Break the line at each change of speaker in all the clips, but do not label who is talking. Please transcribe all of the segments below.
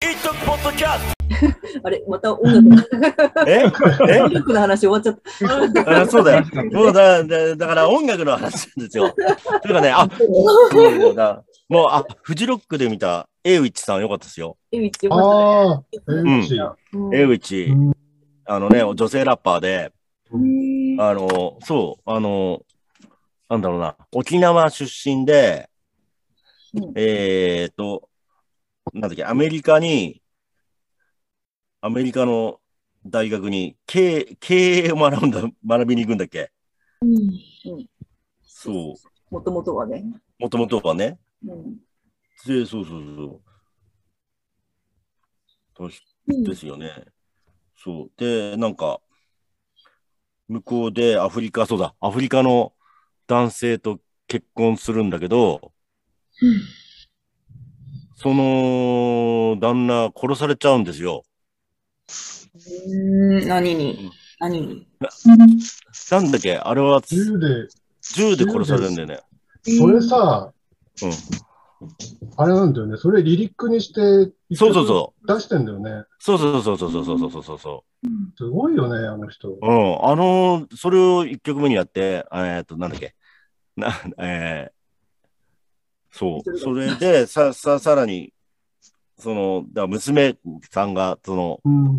食ポッドキャス
あれ、また音楽の
トええ
音楽の話終わっちゃった。
あそうだよ。もうだだだから音楽の話なんですよ。というかね、あそうだもう、あフジロックで見たエウイチさんよかったですよ。
エビ強かっ
ああ、
たね。
えうち。
うん
エウイチ
う、
あのね、女性ラッパーで、
うん
あの、そう、あの、なんだろうな、沖縄出身で、
うん
えーっと、なんだっけ、アメリカに、アメリカの大学に経営経営を学んだ、学びに行くんだっけそう。
もともとはね。
もともとはね。
うん
で、そうそうそう。ですよね。そう。で、なんか、向こうでアフリカ、そうだ、アフリカの男性と結婚するんだけど、その旦那殺されちゃうんですよ。
うん、何に何に
なんだっけあれは
銃で、
銃で殺されるんだよね。
それさ、
うん
あれなんだよね。それ離陸にして、。
そうそうそう
出してんだよね。
そうそうそうそうそうそうそうそうそう。
すごいよね、あの人。
うん、あのーそれを一曲目にやって、えっと、なんだっけ、 な、えーそう、それで、さ、 さ、さらに、その、だから娘さんが、その、
うん。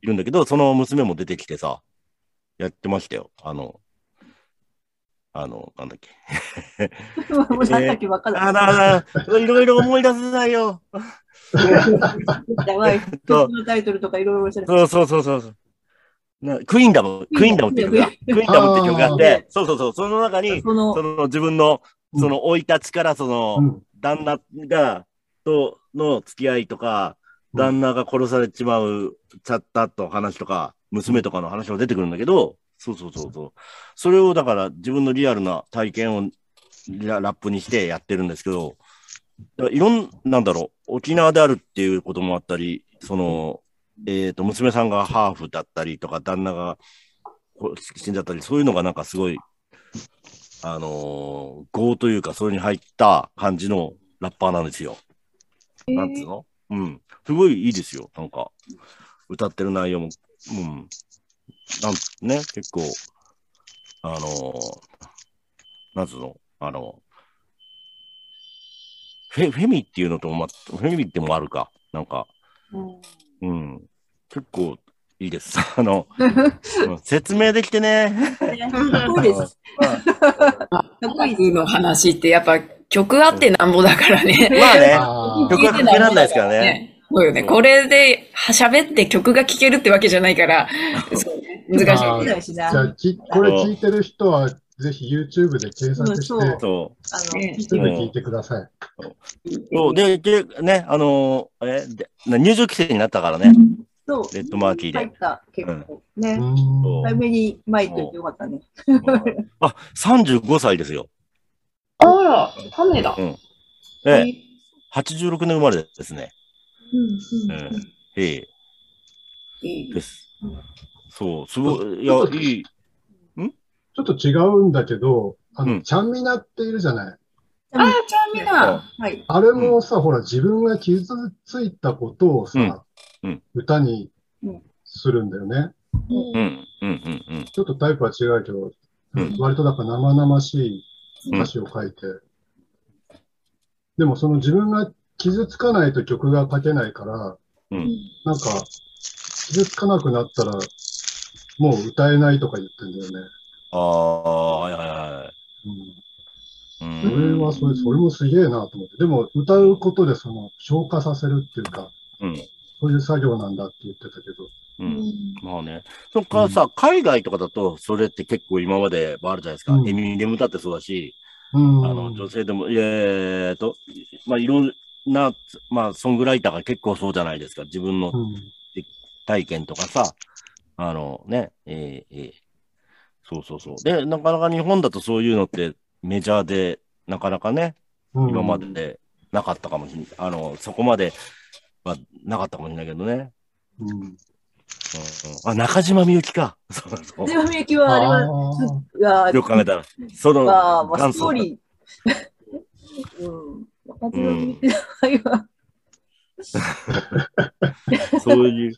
いるんだけど、その娘も出てきてさ、やってましたよ。あの、あの、なんだっけ。
もうさっき分かん
あ
な
ーだだ、いろいろ思い出せないよ。
い。やばい。
と
曲のタイトルとかいろいろおっしゃる。
そうそうそうそうそう。なクイーンダム、クイーンダムっていう曲が、クイーンダムっていう曲があって、そうそうそう、その中に、
その
そ、の自分の、
うん
その生い立ちから、その、
うん。
旦那が、との付き合いとか、
うん
旦那が殺されちまう、ちゃったと話とか、娘とかの話も出てくるんだけど、そうそうそうそう。それをだから自分のリアルな体験をララップにしてやってるんですけど、だからいろんなんだろう、沖縄であるっていうこともあったり、その、えっ、と、娘さんがハーフだったりとか、旦那がこ死んじゃったり、そういうのがなんかすごい、あのー、業というか、それに入った感じのラッパーなんですよ。なんつうのうん。すごいいいですよ。なんか、歌ってる内容も、うん。なんね、結構、あのーなんつうのあのフェ、フェミっていうのとも、ま、フェミってもあるか。なんか、うん。結構いいです。 あの、 うん説明できてね。
そうです。 かっこいいです。
僕の話ってやっぱ曲あってなんぼだからね。
まあ ね、
あ
曲
あ、
がかけらんないですからね。
そうよね。これでは喋って曲が聴けるってわけじゃないから、そう難しい。
あ
見ないしな。
じゃ
あ
あ、きこれ聞いてる人は、ぜひ YouTube で検索し
うんそう
て、
そ
の、
ね
すぐ聞いてください。
う。そうで、で、ね、あのーえでな入場規制になったからね。
そう。
レッドマーキーで
入った、結構。ね。
うん。
早めに前と言ってよかったね。
あ、35歳ですよ。
あら、タネだ。
ええ、86年生まれですね。ええ、ええです。そう、すごい、いや、いい。
ちょっと違うんだけど、あ
う
の、
ん
ちゃんみなっているじゃない。
あー、ちゃんみな。
はい。
あれもさ、ほら、自分が傷ついたことをさ、
うんうん
歌に
うん
するんだよね。
うん、うん、うん、うん。
ちょっとタイプは違うけど、
うん
割となんか生々しい歌詞を書いて、でもその自分が傷つかないと曲が書けないから、
うん
なんか、傷つかなくなったら、もう歌えないとか言ってんだよね。
ああ、はいはいは
うん
い。
それはそれ、それもすげえなと思って。でも、歌うことでその、消化させるっていうか、
うん、
そういう作業なんだって言ってたけど、
うん。まあね。そっからさ、海外とかだと、それって結構今まであるじゃないですか。
うん
エミネムだってそうだし、
うん。
あの、女性でも、えーと、まあいろんな、まあ、ソングライターが結構そうじゃないですか。自分の
うん
体験とかさ、あのね、えーえーそうそうそう。で、なかなか日本だとそういうのってメジャーで、なかなかね、
うん
今まででなかったかもしれない。あの、そこまではなかったかもしれないけどね。
うん
うんうんあ、中島みゆきか。 そうそう。
で、みゆきは、あれは、
あ
いや
よく考えたら、その
まあ、まあ、
元
ストー
祖。
リー。うん。中島みゆきの場合は
そういう、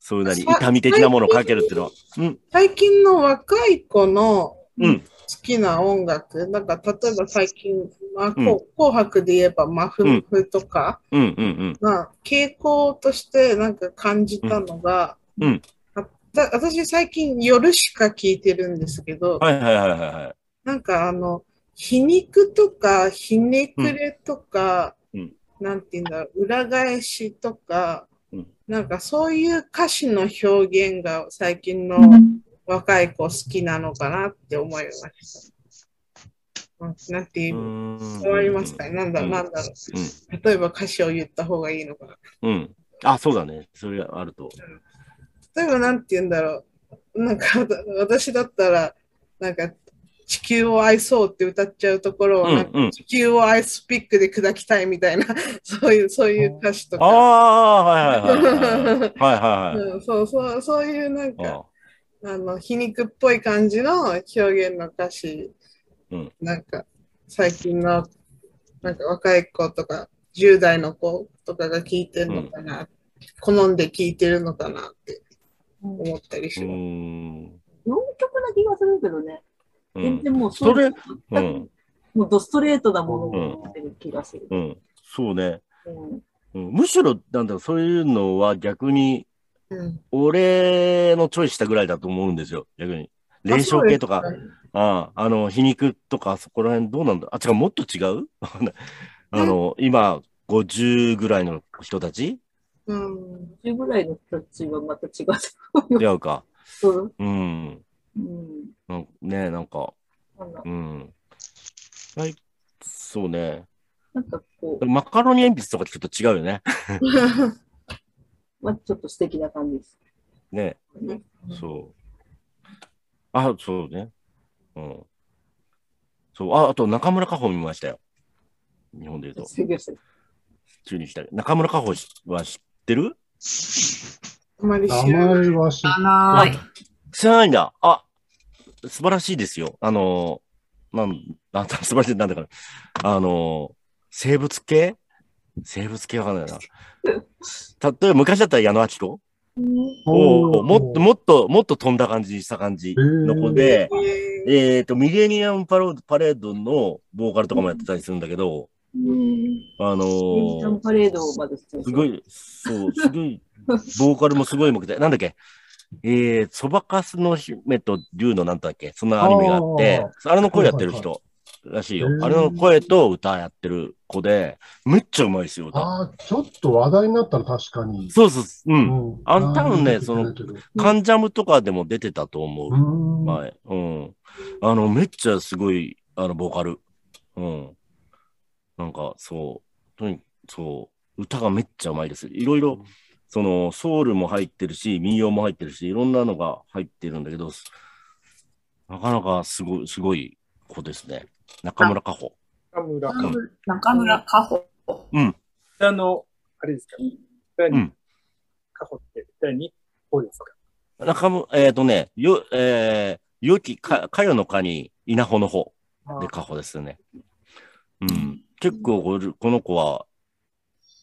そういうなり、痛み的なものをかけるっていうのは。うん。
最近の若い子の
うん
好きな音楽、なんか例えば最近、まあこう
うん
紅白で言えばマフマフとか
うんうん
が傾向としてなんか感じたのが、
うんうん
あた私最近夜しか聴いてるんですけど
うん。、はいはいはいはいはい。
なんかあの、皮肉とか、ひねくれとか、
うんうん
なんていうんだろう、裏返しとか、
うん
なんかそういう歌詞の表現が最近の若い子好きなのかなって思いました。なんなんていうう、
ん
伝わりますかねなんだ、
うん
なんだろう。例えば歌詞を言った方がいいのかな。
うん。うん。あ、そうだね。それがあると。
例えばなんて言うんだろう。なんか私だったら、なんか地球を愛そうって歌っちゃうところを、
うん
なん
うん
か地球をアイスピックで砕きたいみたいな、そういう、そういう歌詞と
あ
か。
あ、はいはいはいはい。はいはいはい。
うん、そうそう、そういうなん
あ
か、あの、皮肉っぽい感じの表現の歌詞、
うん
なんか、最近の、なんか若い子とか、10代の子とかが聞いてるのかな、好んで聞いてるのかなって思ったりし
う
ます。
ん。
4曲な気がするけどね。
う
全
ん。
然もう
それ
う、
う
いう、
ん。
もうドストレートなものを持ってる気がする。
うん。そうね。
うん
うんむしろ、なんだろう、そういうのは逆に、
うん
俺のチョイスしたぐらいだと思うんですよ、逆に。霊障系とか
あそう、
あああの、皮肉とか、そこら辺どうなんだあ、違う、もっと違う あの、今、50ぐらいの人たち
うん。
10ぐらいの人たちはまた違う
出
よ。
会うか。
そう
うん。
うん。
なんねえ、なんか、
なんだ
うん。はい、そうね。
なんかこう、
マカロニ鉛筆とかちょっと違うよね。
まあちょっと素敵な感じです。
ね
うん
そう。あ、そうね。うん。そう、あ、あと中村佳穂見ましたよ。日本で言うと。
卒業してる
中にした中村佳穂は知ってる
あまり
名
知らない。
前は知っ
あな
ー知らないんだ。あ、素晴らしいですよ。あのー、なん、なんだ、素晴らしい、なんだから。あのー、生物系生物系わかんないな。例えば昔だったら矢野明子をもっと、もっと、もっと飛んだ感じにした感じの子で、
えー
えっ、と、ミレニアムパロパレードのボーカルとかもやってたりするんだけど、
うん。
あの
ベンジャン
ー、
パレードまです
すご
い。
い、そう、すごい、ボーカルもすごい上手くて、なんだっけ、えー、そばかすの姫と竜のなんだっけ、そんなアニメがあって、あれの声やってる人らしいよ
へ。ー
あれの声と歌やってる子で、めっちゃうまいですよ、歌。
ああ、ちょっと話題になったの、確かに。
そうそう、うん。
うん
あんたのね
あー
その
出てきてないけ
カンジャムとかでも出てたと思う、
どうーん
前。うん。あの、めっちゃすごい、あの、ボーカル。うん。なんか、そう、とにそう、歌がめっちゃうまいです。いろいろ、そのソウルも入ってるし、民謡も入ってるし、いろんなのが入ってるんだけど、すなかなかすごい、すごい子ですね。中村佳穂。
中村
う
か。
ん
中村佳穂。
あの、あれですか第
うん
二かほって、第二歩ですか
中村、えっ、とね、よ、えー、よき、か、かよのかに、稲穂の穂
あ
で佳穂ですね。うん。結構これ、この子は、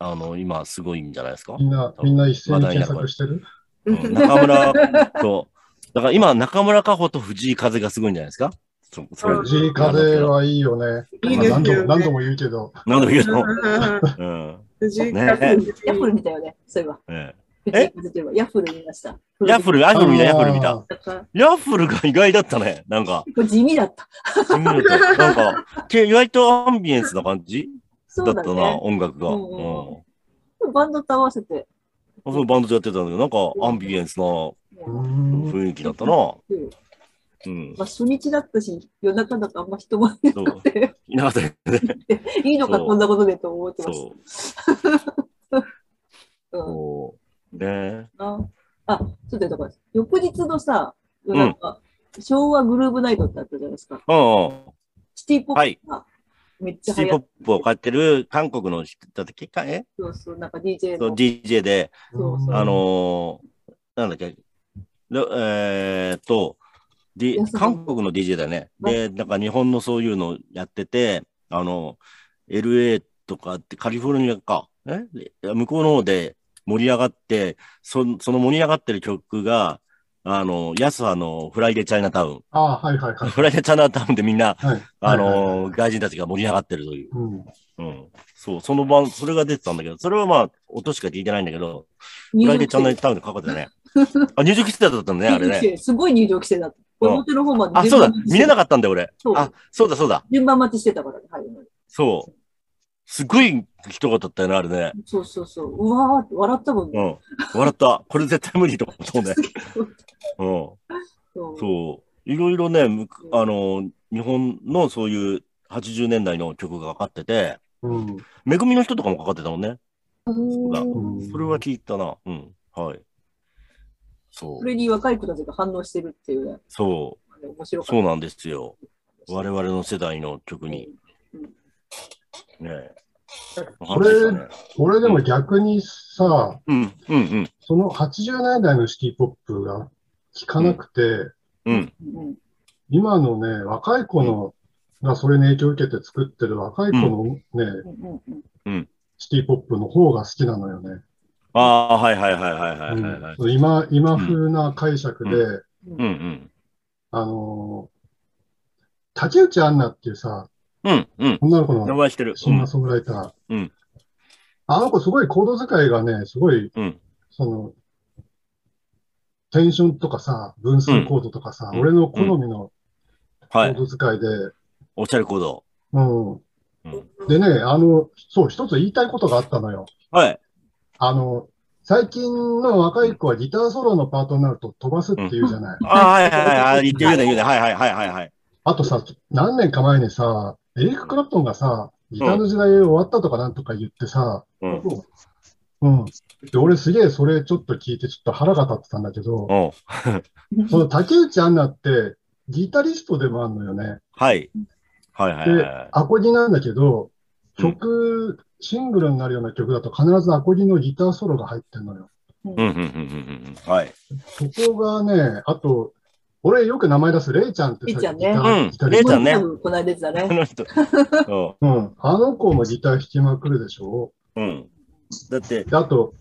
あの、今、すごいんじゃないですか
みんな、みんな一斉に検索してる
うん中村 と、だから今、中村佳穂と藤井風がすごいんじゃないですかそ、それ
藤井風はいいよね。
いい
まあ
です
何度も
よね。
何度も言うけど、
なんだけど、
藤
うん。
井
ね
風
ヤッフル見たよね、そういえば。
ええ
えヤッフル見ました。
えヤッフル、ヤッフル見た、ヤッフル見た。
なんか
ヤッフルが意外だったね。なんか、
結構地味だった。
地味だったなんか、け意外とアンビエンスな感じ
そ
だ
う
っ
だ
たな、
ね。
音楽が。う
うんんうんバンドと合わせて。
あそうバンドでやってたんだけど、なんかアンビエンスな
うー
うん
雰囲気だったな。
ん
うん。
まあ、初日だったし、夜中なんかあんま人もいなくて、
いなかったよ ね。
いいのか
そう
こんなことでと思ってまし
そう。
た。うん
そうね
あ、あちょっと待ってこれ翌日のさ、なんか、昭和グルーブナイトってあったじゃないですか。
うんうん。
シティポ
は
ッ
い
プがめっち
シ
ゃ
ティポ
流行っ
ップを買ってる韓国の人だって結果、え
そうそう、なんか DJ
そう
の。
?DJ で、
そうそう
あのー、なんだっけ、でえーっと、で
安田さん
韓国の DJ だよね。
は
で、なんか日本のそういうのやってて、あの、LA とかってカリフォルニアか、えで向こうの方で盛り上がって、そその盛り上がってる曲が、あの、安さのフライデーチャイナタウ
ああ、はいはいは
ン。
い。
フライデーチャイナタウンでみんな、
はい、
あ
はいはい
の、外人たちが盛り上がってるという。
うん、
うん。そう、その晩、それが出てたんだけど、それはまあ、音しか聞いてないんだけど、
入
フライ
場
デー
規
チャンネル
制。
タウンでかかって たね。あ、入場規制だったんだね、あれ
入場規
ね。
制すごい入場規制だった。
うん
表の方まで
あ、そうだ、見れなかったんだよ、俺
そう。
あ、そうだ、そうだ、
順番待ちしてたからね、入るのに
そう。すごい人がだったよね、あれね。
そうそうそう。うわーって笑ったもん
う
ね。
ん。笑った。これ絶対無理と思ったもんね。うん。
そう
そう。いろいろね、むくあの、日本のそういう80年代の曲がかかってて、
うん、
めぐみの人とかもかかってたもんね。だ
うん
それは聞いたな。うん。はい。そ。
そうれに若い子たちが反応してるっていうね、
そ
あの面白
う。
か
そ
っ
うなんですよ。我々の世代の曲
た。
に。ねえ。
それこれでも逆にさ、
うん、うん、うん、
その80年代のシティポップが聞かなくて、
うん、
うん
今のね、若い子の、がそれに影響を受けて作ってる若い子のね、
うんうんうん
シティポップの方が好きなのよね。
ああ、はいはいはいはいはいはいはい。
うん今、今風な解釈で、
うん
うん、うん、
あのー竹内杏奈っていうさ、
うん、うん。
女の子
名
の
前してる。
シンガーソングライター。
うん
あの子すごいコード使いがね、すごい、
うん
その、テンションとかさ、分数コードとかさ、
うん
俺の好みのコ
は
ー
い。
ド使いで、
おっしゃる行動。
うん。
うん
でね、あの、そう、一つ言いたいことがあったのよ。
はい。
あの、最近の若い子はギターソロのパートになると飛ばすって言うじゃない。
ああ、はいはいはい。言ってるね、言うね。はいはいはいはいはい。
あとさ、何年か前にさ、エリック・クラプトンがさ、ギターの時代終わったとかなんとか言ってさ、
うん。
うん。で、俺すげえそれちょっと聞いてちょっと腹が立ってたんだけど、
うん。
その竹内杏奈ってギタリストでもあるのよね。
はい。はいはいはい
で
は、
アコギなんだけど、
うん
曲、シングルになるような曲だと必ずアコギのギターソロが入ってんのよ。
い。うんうんうんうんうん。はい。
そこがね、あと、俺よく名前出すレイちゃんって
レイ
さ、
ちゃんね
ギター、
うん
ギタリ
レイ
ス
ちゃ
ト
ん。ね
多分この間出てた
こ
ね。
の人。
うん。あの子もギター弾きまくるでしょ
うん。うん。だって、
であと、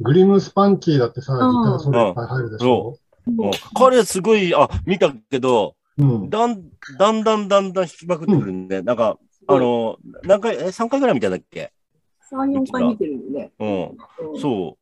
グリムスパンキーだってさ、ギタ
ん
ーソロいっぱい入るでしょ
うん彼すごい、あ、見たけど、
うん。
だん、だんだんだんだん引きまくってくるんで、なんか、あの、何回、え、3回ぐらい見たんだっけ
3、4回見てるんでね。
うん。
うん
そ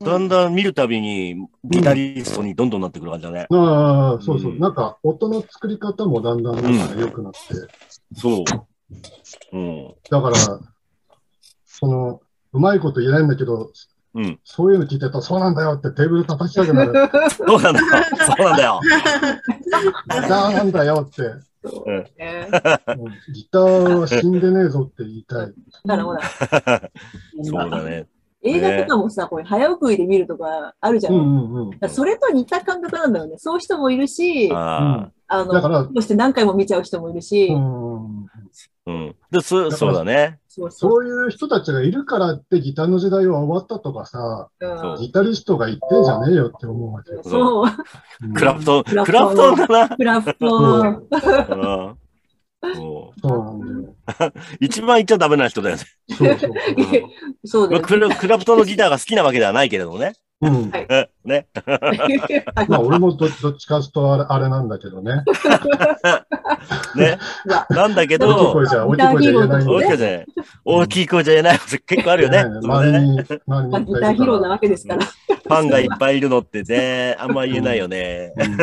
う。だんだん見るたびに、ギタリストにどんどんなってくる感じだね。
ああ、そうそうう。
ん
なんか、音の作り方もだんだんなんか良くなって。
そう。うん。
だから、その、うまいこと言えないんだけど、
うん。
そういうの聞いてたら、そうなんだよってテーブル叩きたく なる。
そうなんだよ。そうなんだよ。
そうなんだよって、うん
そう
うん
ね
ギターは死んでねえぞって言いた
だ
い。
からほら、
そうだね。
映画とかもさ、こういう早送りで見るとかあるじゃ。
うん
だ
んうんうん。
からそれと似た感覚なんだよね。そういう人もいるし、あ
あ
の、
だから
そして何回も見ちゃう人もいるし、
うん
あ。うん。で、そ、そうだね。
そうそう。
そういう人たちがいるからってギターの時代は終わったとかさ、
うん
ギタリストが言ってんじゃねえよって思うわけよ。
そう、
うん
クラプトン、
クラ
ク
プト
ラ
ン
プトンだな。
クラフト、
うんそう
そうなんだよ。
一番言っちゃダメな人だよね。
そうそうそう。
そうだ
まあ
よ
クラクラプトンのギターが好きなわけではないけれどもね。
う ん
はい
ね。
ね。
まあ、俺もどどっちかというとあれあれなんだけどね。
ね
うわ。
なんだけ
大きい
ど、
声じゃ、大きい声じゃ言えないん
大きい
だ
声じゃない。大きい声じゃ言えない。結構あるよね。そう
周り
ね
に、周り
まあ
に
ギターヒーローなわけですから。
ファンがいっぱいいるのってね、あんま言えないよね。
うん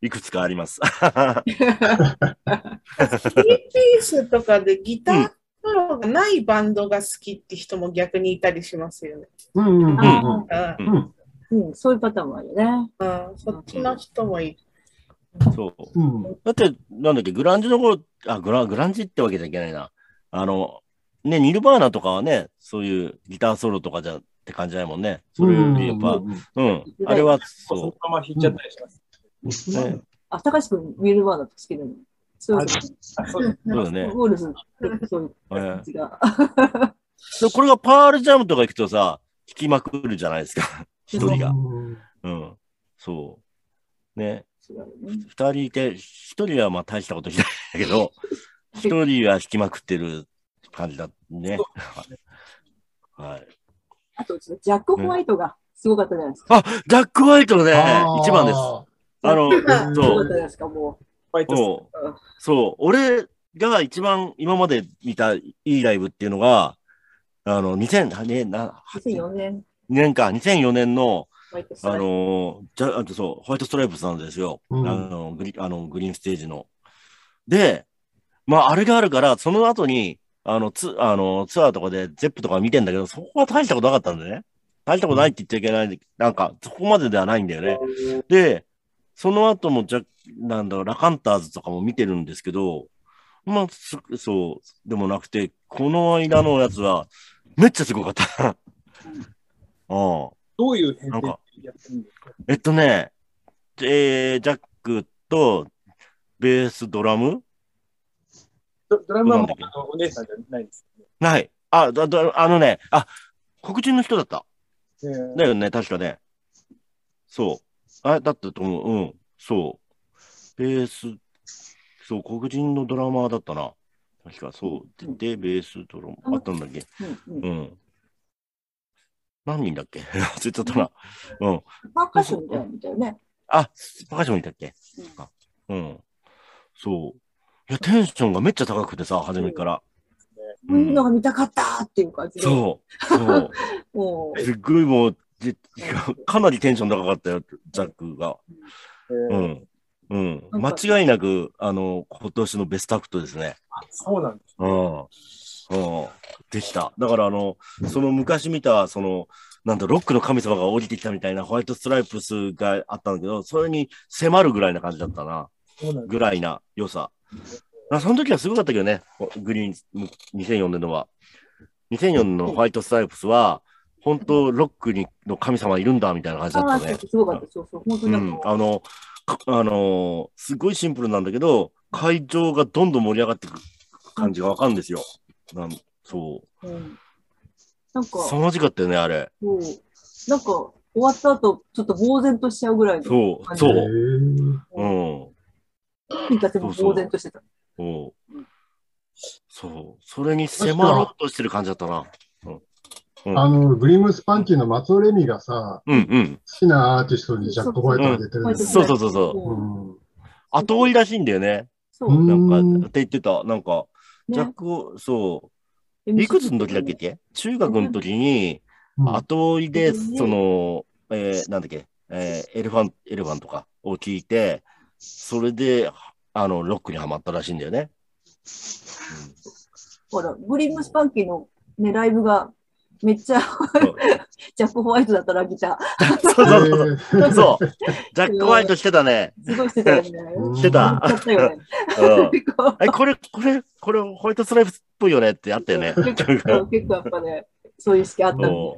いくつかあり ます。
スリーピースとかでギターソロがないバンドが好きって人も逆にいたりしますよね。
うんうんうん
うん
う
うん。
うん、そういうパターンもあるよね。
うん、そっちの人もいい。
そう。
うん。
だって、なんだっけ、グランジの頃、あ、グラグランジってわけじゃいけないな。あの、ね、ニルバーナとかはね、そういうギターソロとかじゃって感じないもんね。それよりやっぱ、うん、あれは、
その
そ
まま弾いちゃったりします。
う、ね、
あ、高橋くん、ミルバーナと好きなの。そうそう。
あそうです
そうだね。
ゴールズ、結構そういう
え
感じが。
えでこれがパールジャムとか行くとさ、弾きまくるじゃないですか、一人が。うん、そう。ね、
違うよね
二人いて、一人はまあ大したことしないん だけど、一人は弾きまくってる感じだね。はい。
当時のジャック・ホワイトがすごかったじゃないですか。
あ、ジャック・ホワイトのね、
あー
一番です。あの、
うん
すごか
そ
っ
う
たじゃないですか、も
ホワイトス
そう、そう、俺が一番今まで見たいいライブっていうのが、あの、2000年、な
う。2004年、
年か、2004年の、
ホワイトス
あ
ライド
の、じゃ、あとそう、ホワイトストライプスなんですよ。
うん
あのグリ、あの、グリーンステージの。で、まあ、あれがあるから、その後に、あの、ツ、あの、ツアーとかで、ゼップとか見てんだけど、そこは大したことなかったんだよね。大したことないって言っちゃいけない。なんか、そこまでではないんだよね。で、その後も、じゃ、なんだろう、ラカンターズとかも見てるんですけど、まあ、すそう、でもなくて、この間のやつは、めっちゃすごかった。 うん。
どういう編
なん
成で
か
やってるんですか
えっとね、えー、ジャックと、ベース、ドラム
ドドラマもあのお姉さんじゃないです
ない。あ、だ、だ、あのね、あ、黒人の人だった。
よね。
だよね、確かね。そう。あ、だったと思う。うん。そう。ベース、そう、黒人のドラマーだったな。確か、そう。で、でベース、ドラム、あったんだっけ
うんうん
うん。何人だっけ忘れちゃったな。うん。
パーカッションみたいなみたいね。
あ、バカジョンいたっけ
うん
あうん。そう。いや、テンションがめっちゃ高くてさ、初めから。
こういうのが見たかったっていう感じで。。
そう。そう
も
う。
う
すっごいもう、じかなりテンション高かったよ、ジャックが。
え
う
ー
ん。うん。間違いなく、あの、今年のベストアクトですね。
そうなんです。
うん。うん。でした。だから、あの、その昔見た、その、なんだ、ロックの神様が降りてきたみたいなホワイトストライプスがあったんだけど、それに迫るぐらいな感じだったな。
そうなんです。
ぐらいな良さ。あその時はすごかったけどね、グリーン、2004年のは。2004年のホワイトストライプスは、本当、ロックにの神様いるんだみたいな感じだっ
あ
た
あ、そう
ね。
すごかった。そうそう。本当
う
に
ん
ん、か
あの、かあのーすごいシンプルなんだけど、会場がどんどん盛り上がってく感じがわかるんですよ。なんそう。
うんなんか、
凄まじかったよね、あれ。
そう。なんか、終わった後、ちょっと呆然としちゃうぐらいの。
そう、そ
へ
う。
ー
うん。
ピンタでも呆然としてた。
おそう。それに迫ろうとしてる感じだったな。
あの、グリムスパンティの松尾レミがさ、
うんうん。
好きなアーティストにジャック・ホワイトが出てるんです
そうそうそうそう。
うん
後追いらしいんだよね。
そうう。
なんか、
ん
って言ってた。なんか、ジャッ
ね
クを、そう、いくつの時だっけっけ中学の時に、
うん
後追いで、
うん
その、えーなんだっけ、えーエレファン、エレファンとかを聞いて、それで、あの、ロックにはまったらしいんだよね。
ほら、グリムスパンキーのね、ライブが、めっちゃ、ジャック・ホワイトだったらギタ
そうそうそうそう。
へー
そう。ジャック・ホワイトしてたね。
ー。すごいして たよね。
うん
してた
やったよね。
うん。
結構、
え、これ、これ、これ、ホワイトストライプっぽいよねってあったよね。
結構やっぱね、そういう意識あったんで
そ